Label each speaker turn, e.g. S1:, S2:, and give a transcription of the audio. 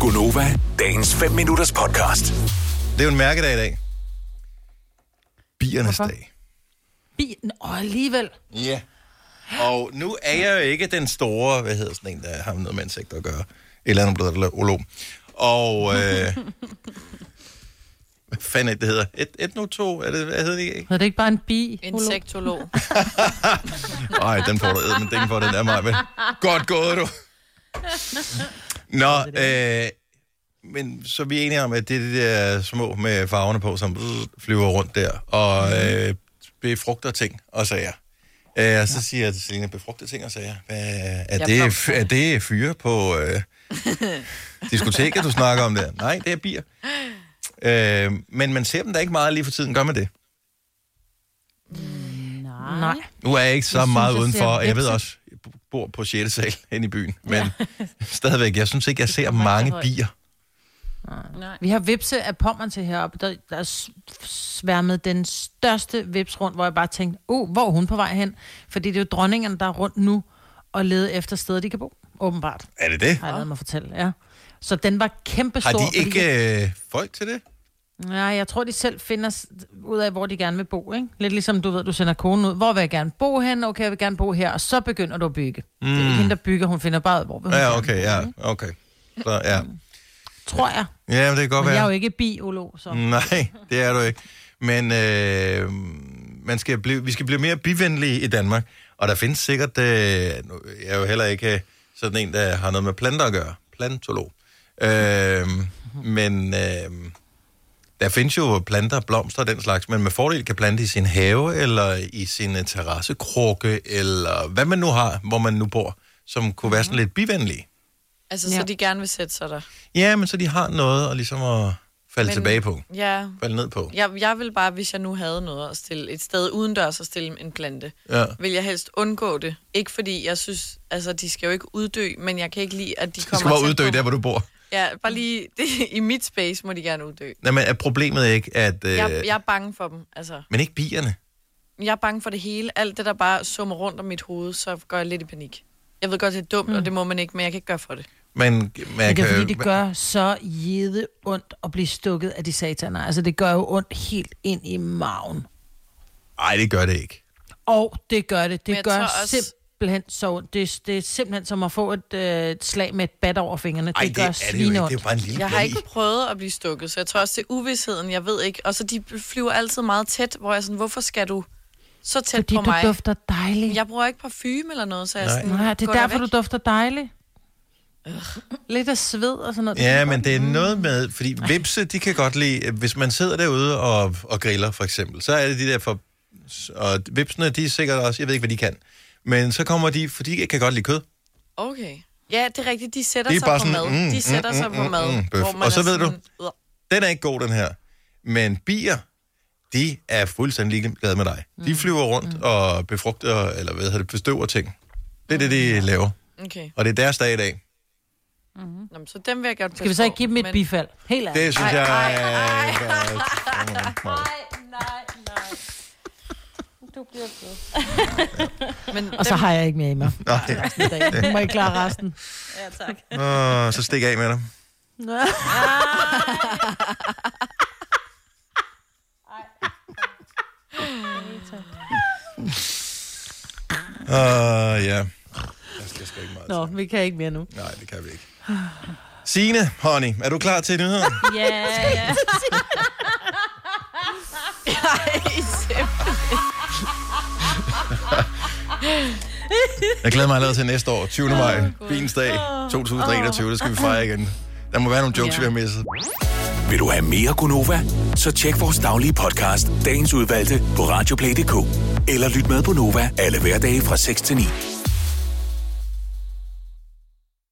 S1: Gunova, dagens 5 minutters podcast.
S2: Det er jo en mærkedag i dag. Biernes
S3: Hvorfor?
S2: dag.
S3: Bilen, og alligevel.
S2: Ja. Og nu er jeg jo ikke den store, hvad hedder sådan en, der har noget med insekter at gøre. Et eller andet blevet eller olog. Og, øh, hvad fanden er det, det hedder? Et, et no to, er det, hvad hedder det ikke?
S3: Hedder det ikke bare en bi?
S4: Insektolog.
S2: Ej, den får du æd, men den får den der mig. Men godt gået, du. Nå, øh, men så er vi enige om, at det er de der små med farverne på, som flyver rundt der, og øh, befrugter ting og sager. Øh, og så siger jeg til Selina, befrugter ting og sager. Hvad, er, det,
S4: blomster.
S2: er det fyre på øh, diskoteket, du snakker om der? Nej, det er bier. Øh, men man ser dem da ikke meget lige for tiden, gør man det?
S3: Nej.
S2: Nu er jeg ikke så
S3: Jeg
S2: jeg
S3: synes,
S2: meget
S3: jeg
S2: udenfor,
S3: ser
S2: og jeg ved
S3: hvepse.
S2: også, jeg bor på 6. sal hen i byen, men stadigvæk, jeg synes ikke, jeg ser mange bier.
S4: Nej.
S3: Vi har vipse af pommeren til heroppe. Der, der er s- sværmet den største vips rundt, hvor jeg bare tænkte, oh, hvor er hun på vej hen? Fordi det er jo dronningerne, der er rundt nu og leder efter steder, de kan bo. Åbenbart,
S2: Er det det?
S3: har jeg lavet mig fortælle. Ja. Så den var kæmpe
S2: Har
S3: stor.
S2: de ikke øh, folk til det?
S3: Nej, jeg tror, de selv finder s- ud af, hvor de gerne vil bo. Ikke? Lidt ligesom du ved, du sender konen ud. Hvor vil jeg gerne bo hen? Okay, jeg vil gerne bo her. Og så begynder du at bygge. Mm. Det er ikke hende, der bygger. Hun finder bare ud, hvor vil hun
S2: Ja,
S3: gerne
S2: okay,
S3: bo,
S2: ja,
S3: ikke?
S2: okay. Så, ja.
S3: Tror jeg.
S2: ja, men det kan godt
S3: Men jeg er jo
S2: være.
S3: ikke biolog, så... Mm.
S2: Nej, det er du ikke. Men øh, man skal blive, vi skal blive mere bivenlige i Danmark, og der findes sikkert, øh, nu- jeg er jo heller ikke øh, sådan en, der har noget med planter at gøre, plantolog. Øh, men øh, Der findes jo planter, blomster og den slags, men med fordel kan plante i sin have, eller i sin øh, terrassekrukke, eller hvad man nu har, hvor man nu bor, som kunne være sådan lidt bivenlige.
S4: Altså, så de gerne vil sætte sig der.
S2: Ja, men så de har noget at, ligesom at falde men... tilbage på,
S4: Ja.
S2: falde ned på.
S4: Jeg, jeg vil bare, hvis jeg nu havde noget at stille et sted udendørs og stille en plante,
S2: Ja.
S4: vil jeg helst undgå det. Ikke fordi jeg synes, altså de skal jo ikke uddø, men jeg kan ikke lide, at de
S2: Du skal
S4: kommer
S2: bare
S4: tæt
S2: uddø
S4: på
S2: der,
S4: mig.
S2: hvor du bor.
S4: Ja, bare lige det, i mit space må de gerne uddø.
S2: Nej, men er problemet ikke, at... Øh...
S4: Jeg, jeg er bange for dem, altså.
S2: Men ikke bierne.
S4: Jeg er bange for det hele. Alt det, der bare summer rundt om mit hoved, så går jeg lidt i panik. Jeg ved godt, det er dumt, mm. og det må man ikke, men jeg kan ikke gøre for det.
S2: Men, man
S3: Men det er
S2: kan...
S3: fordi, det gør så jede ondt at blive stukket af de sataner. Altså, det gør jo ondt helt ind i maven.
S2: Ej, det gør det ikke.
S3: Og det gør det.
S4: Men
S3: Det
S4: jeg
S3: gør
S4: tror også-
S3: simpelthen så ondt. Det, det er simpelthen som at få et, øh, et slag med et bat over fingrene.
S2: Ej,
S3: det,
S2: det,
S3: gør
S2: er det jo ikke. Det er jo
S3: svineondt.
S2: bare en lille
S4: Jeg har
S2: blæ.
S4: ikke prøvet at blive stukket, så jeg tror også, det er uvidsheden, jeg ved ikke. Og så de flyver altid meget tæt, hvor jeg er sådan, hvorfor skal du så tæt
S3: Fordi
S4: på mig?
S3: du dufter dejligt.
S4: Jeg bruger ikke parfume eller noget, så jeg er
S2: Nej.
S4: sådan,
S3: Nej, det
S4: gå
S3: er
S4: da
S3: derfor,
S4: væk. Øh.
S3: du dufter dejligt. Lidt af sved og sådan noget.
S2: Ja, men det er noget med, fordi vipse, de kan godt lide, hvis man sidder derude og, og griller for eksempel, så er det de der for, og vipsene, de er sikkert også, jeg ved ikke, hvad de kan, men så kommer de, for de kan godt lide kød.
S4: Okay. Ja, det er rigtigt, de sætter
S2: Det er
S4: sig
S2: bare
S4: på
S2: sådan,
S4: mad.
S2: mm,
S4: de sætter
S2: mm,
S4: sig
S2: mm,
S4: på
S2: mm,
S4: mad,
S2: mm, bøf.
S4: hvor man
S2: Og så
S4: er
S2: ved du-
S4: sådan, "Ugh."
S2: Den er ikke god, den her. Men bier, de er fuldstændig ligeglade med dig.
S4: Mm.
S2: De flyver rundt og befrugter, eller hvad hedder det, bestøver ting. Det er det, de
S4: Mm.
S2: laver.
S4: Okay,
S2: Og det er deres dag i dag.
S4: Nå, men så dem vil jeg gerne
S3: Skal vi så ikke give dem et
S4: men...
S3: bifald? Helt ærligt.
S2: Det synes
S4: Ej,
S2: jeg...
S4: ej,
S2: er-
S3: Nej, nej.
S4: Men
S3: Og så
S4: dem...
S3: har jeg ikke mere i mig.
S2: Nej.
S3: i dag. Nu må I klare resten.
S4: Ja, tak.
S2: Åh, så stik af med dem.
S4: Ah.
S2: Åh, ja. Jeg skal sgu ikke meget.
S3: Nå, vi kan ikke mere nu.
S2: Nej, det kan vi ikke. Signe, honey, er du klar til nyheden?
S3: Ja, ja.
S2: Jeg glæder mig allerede til næste år, 20. maj, bilens dag 2021, det skal vi fejre igen. Der må være nogle jokes, vi har misset.
S1: Vil du have mere Gunova? Så tjek vores daglige podcast, dagens udvalgte, på radioplay.dk. Eller lyt med på Nova alle hverdage fra 6 til 9.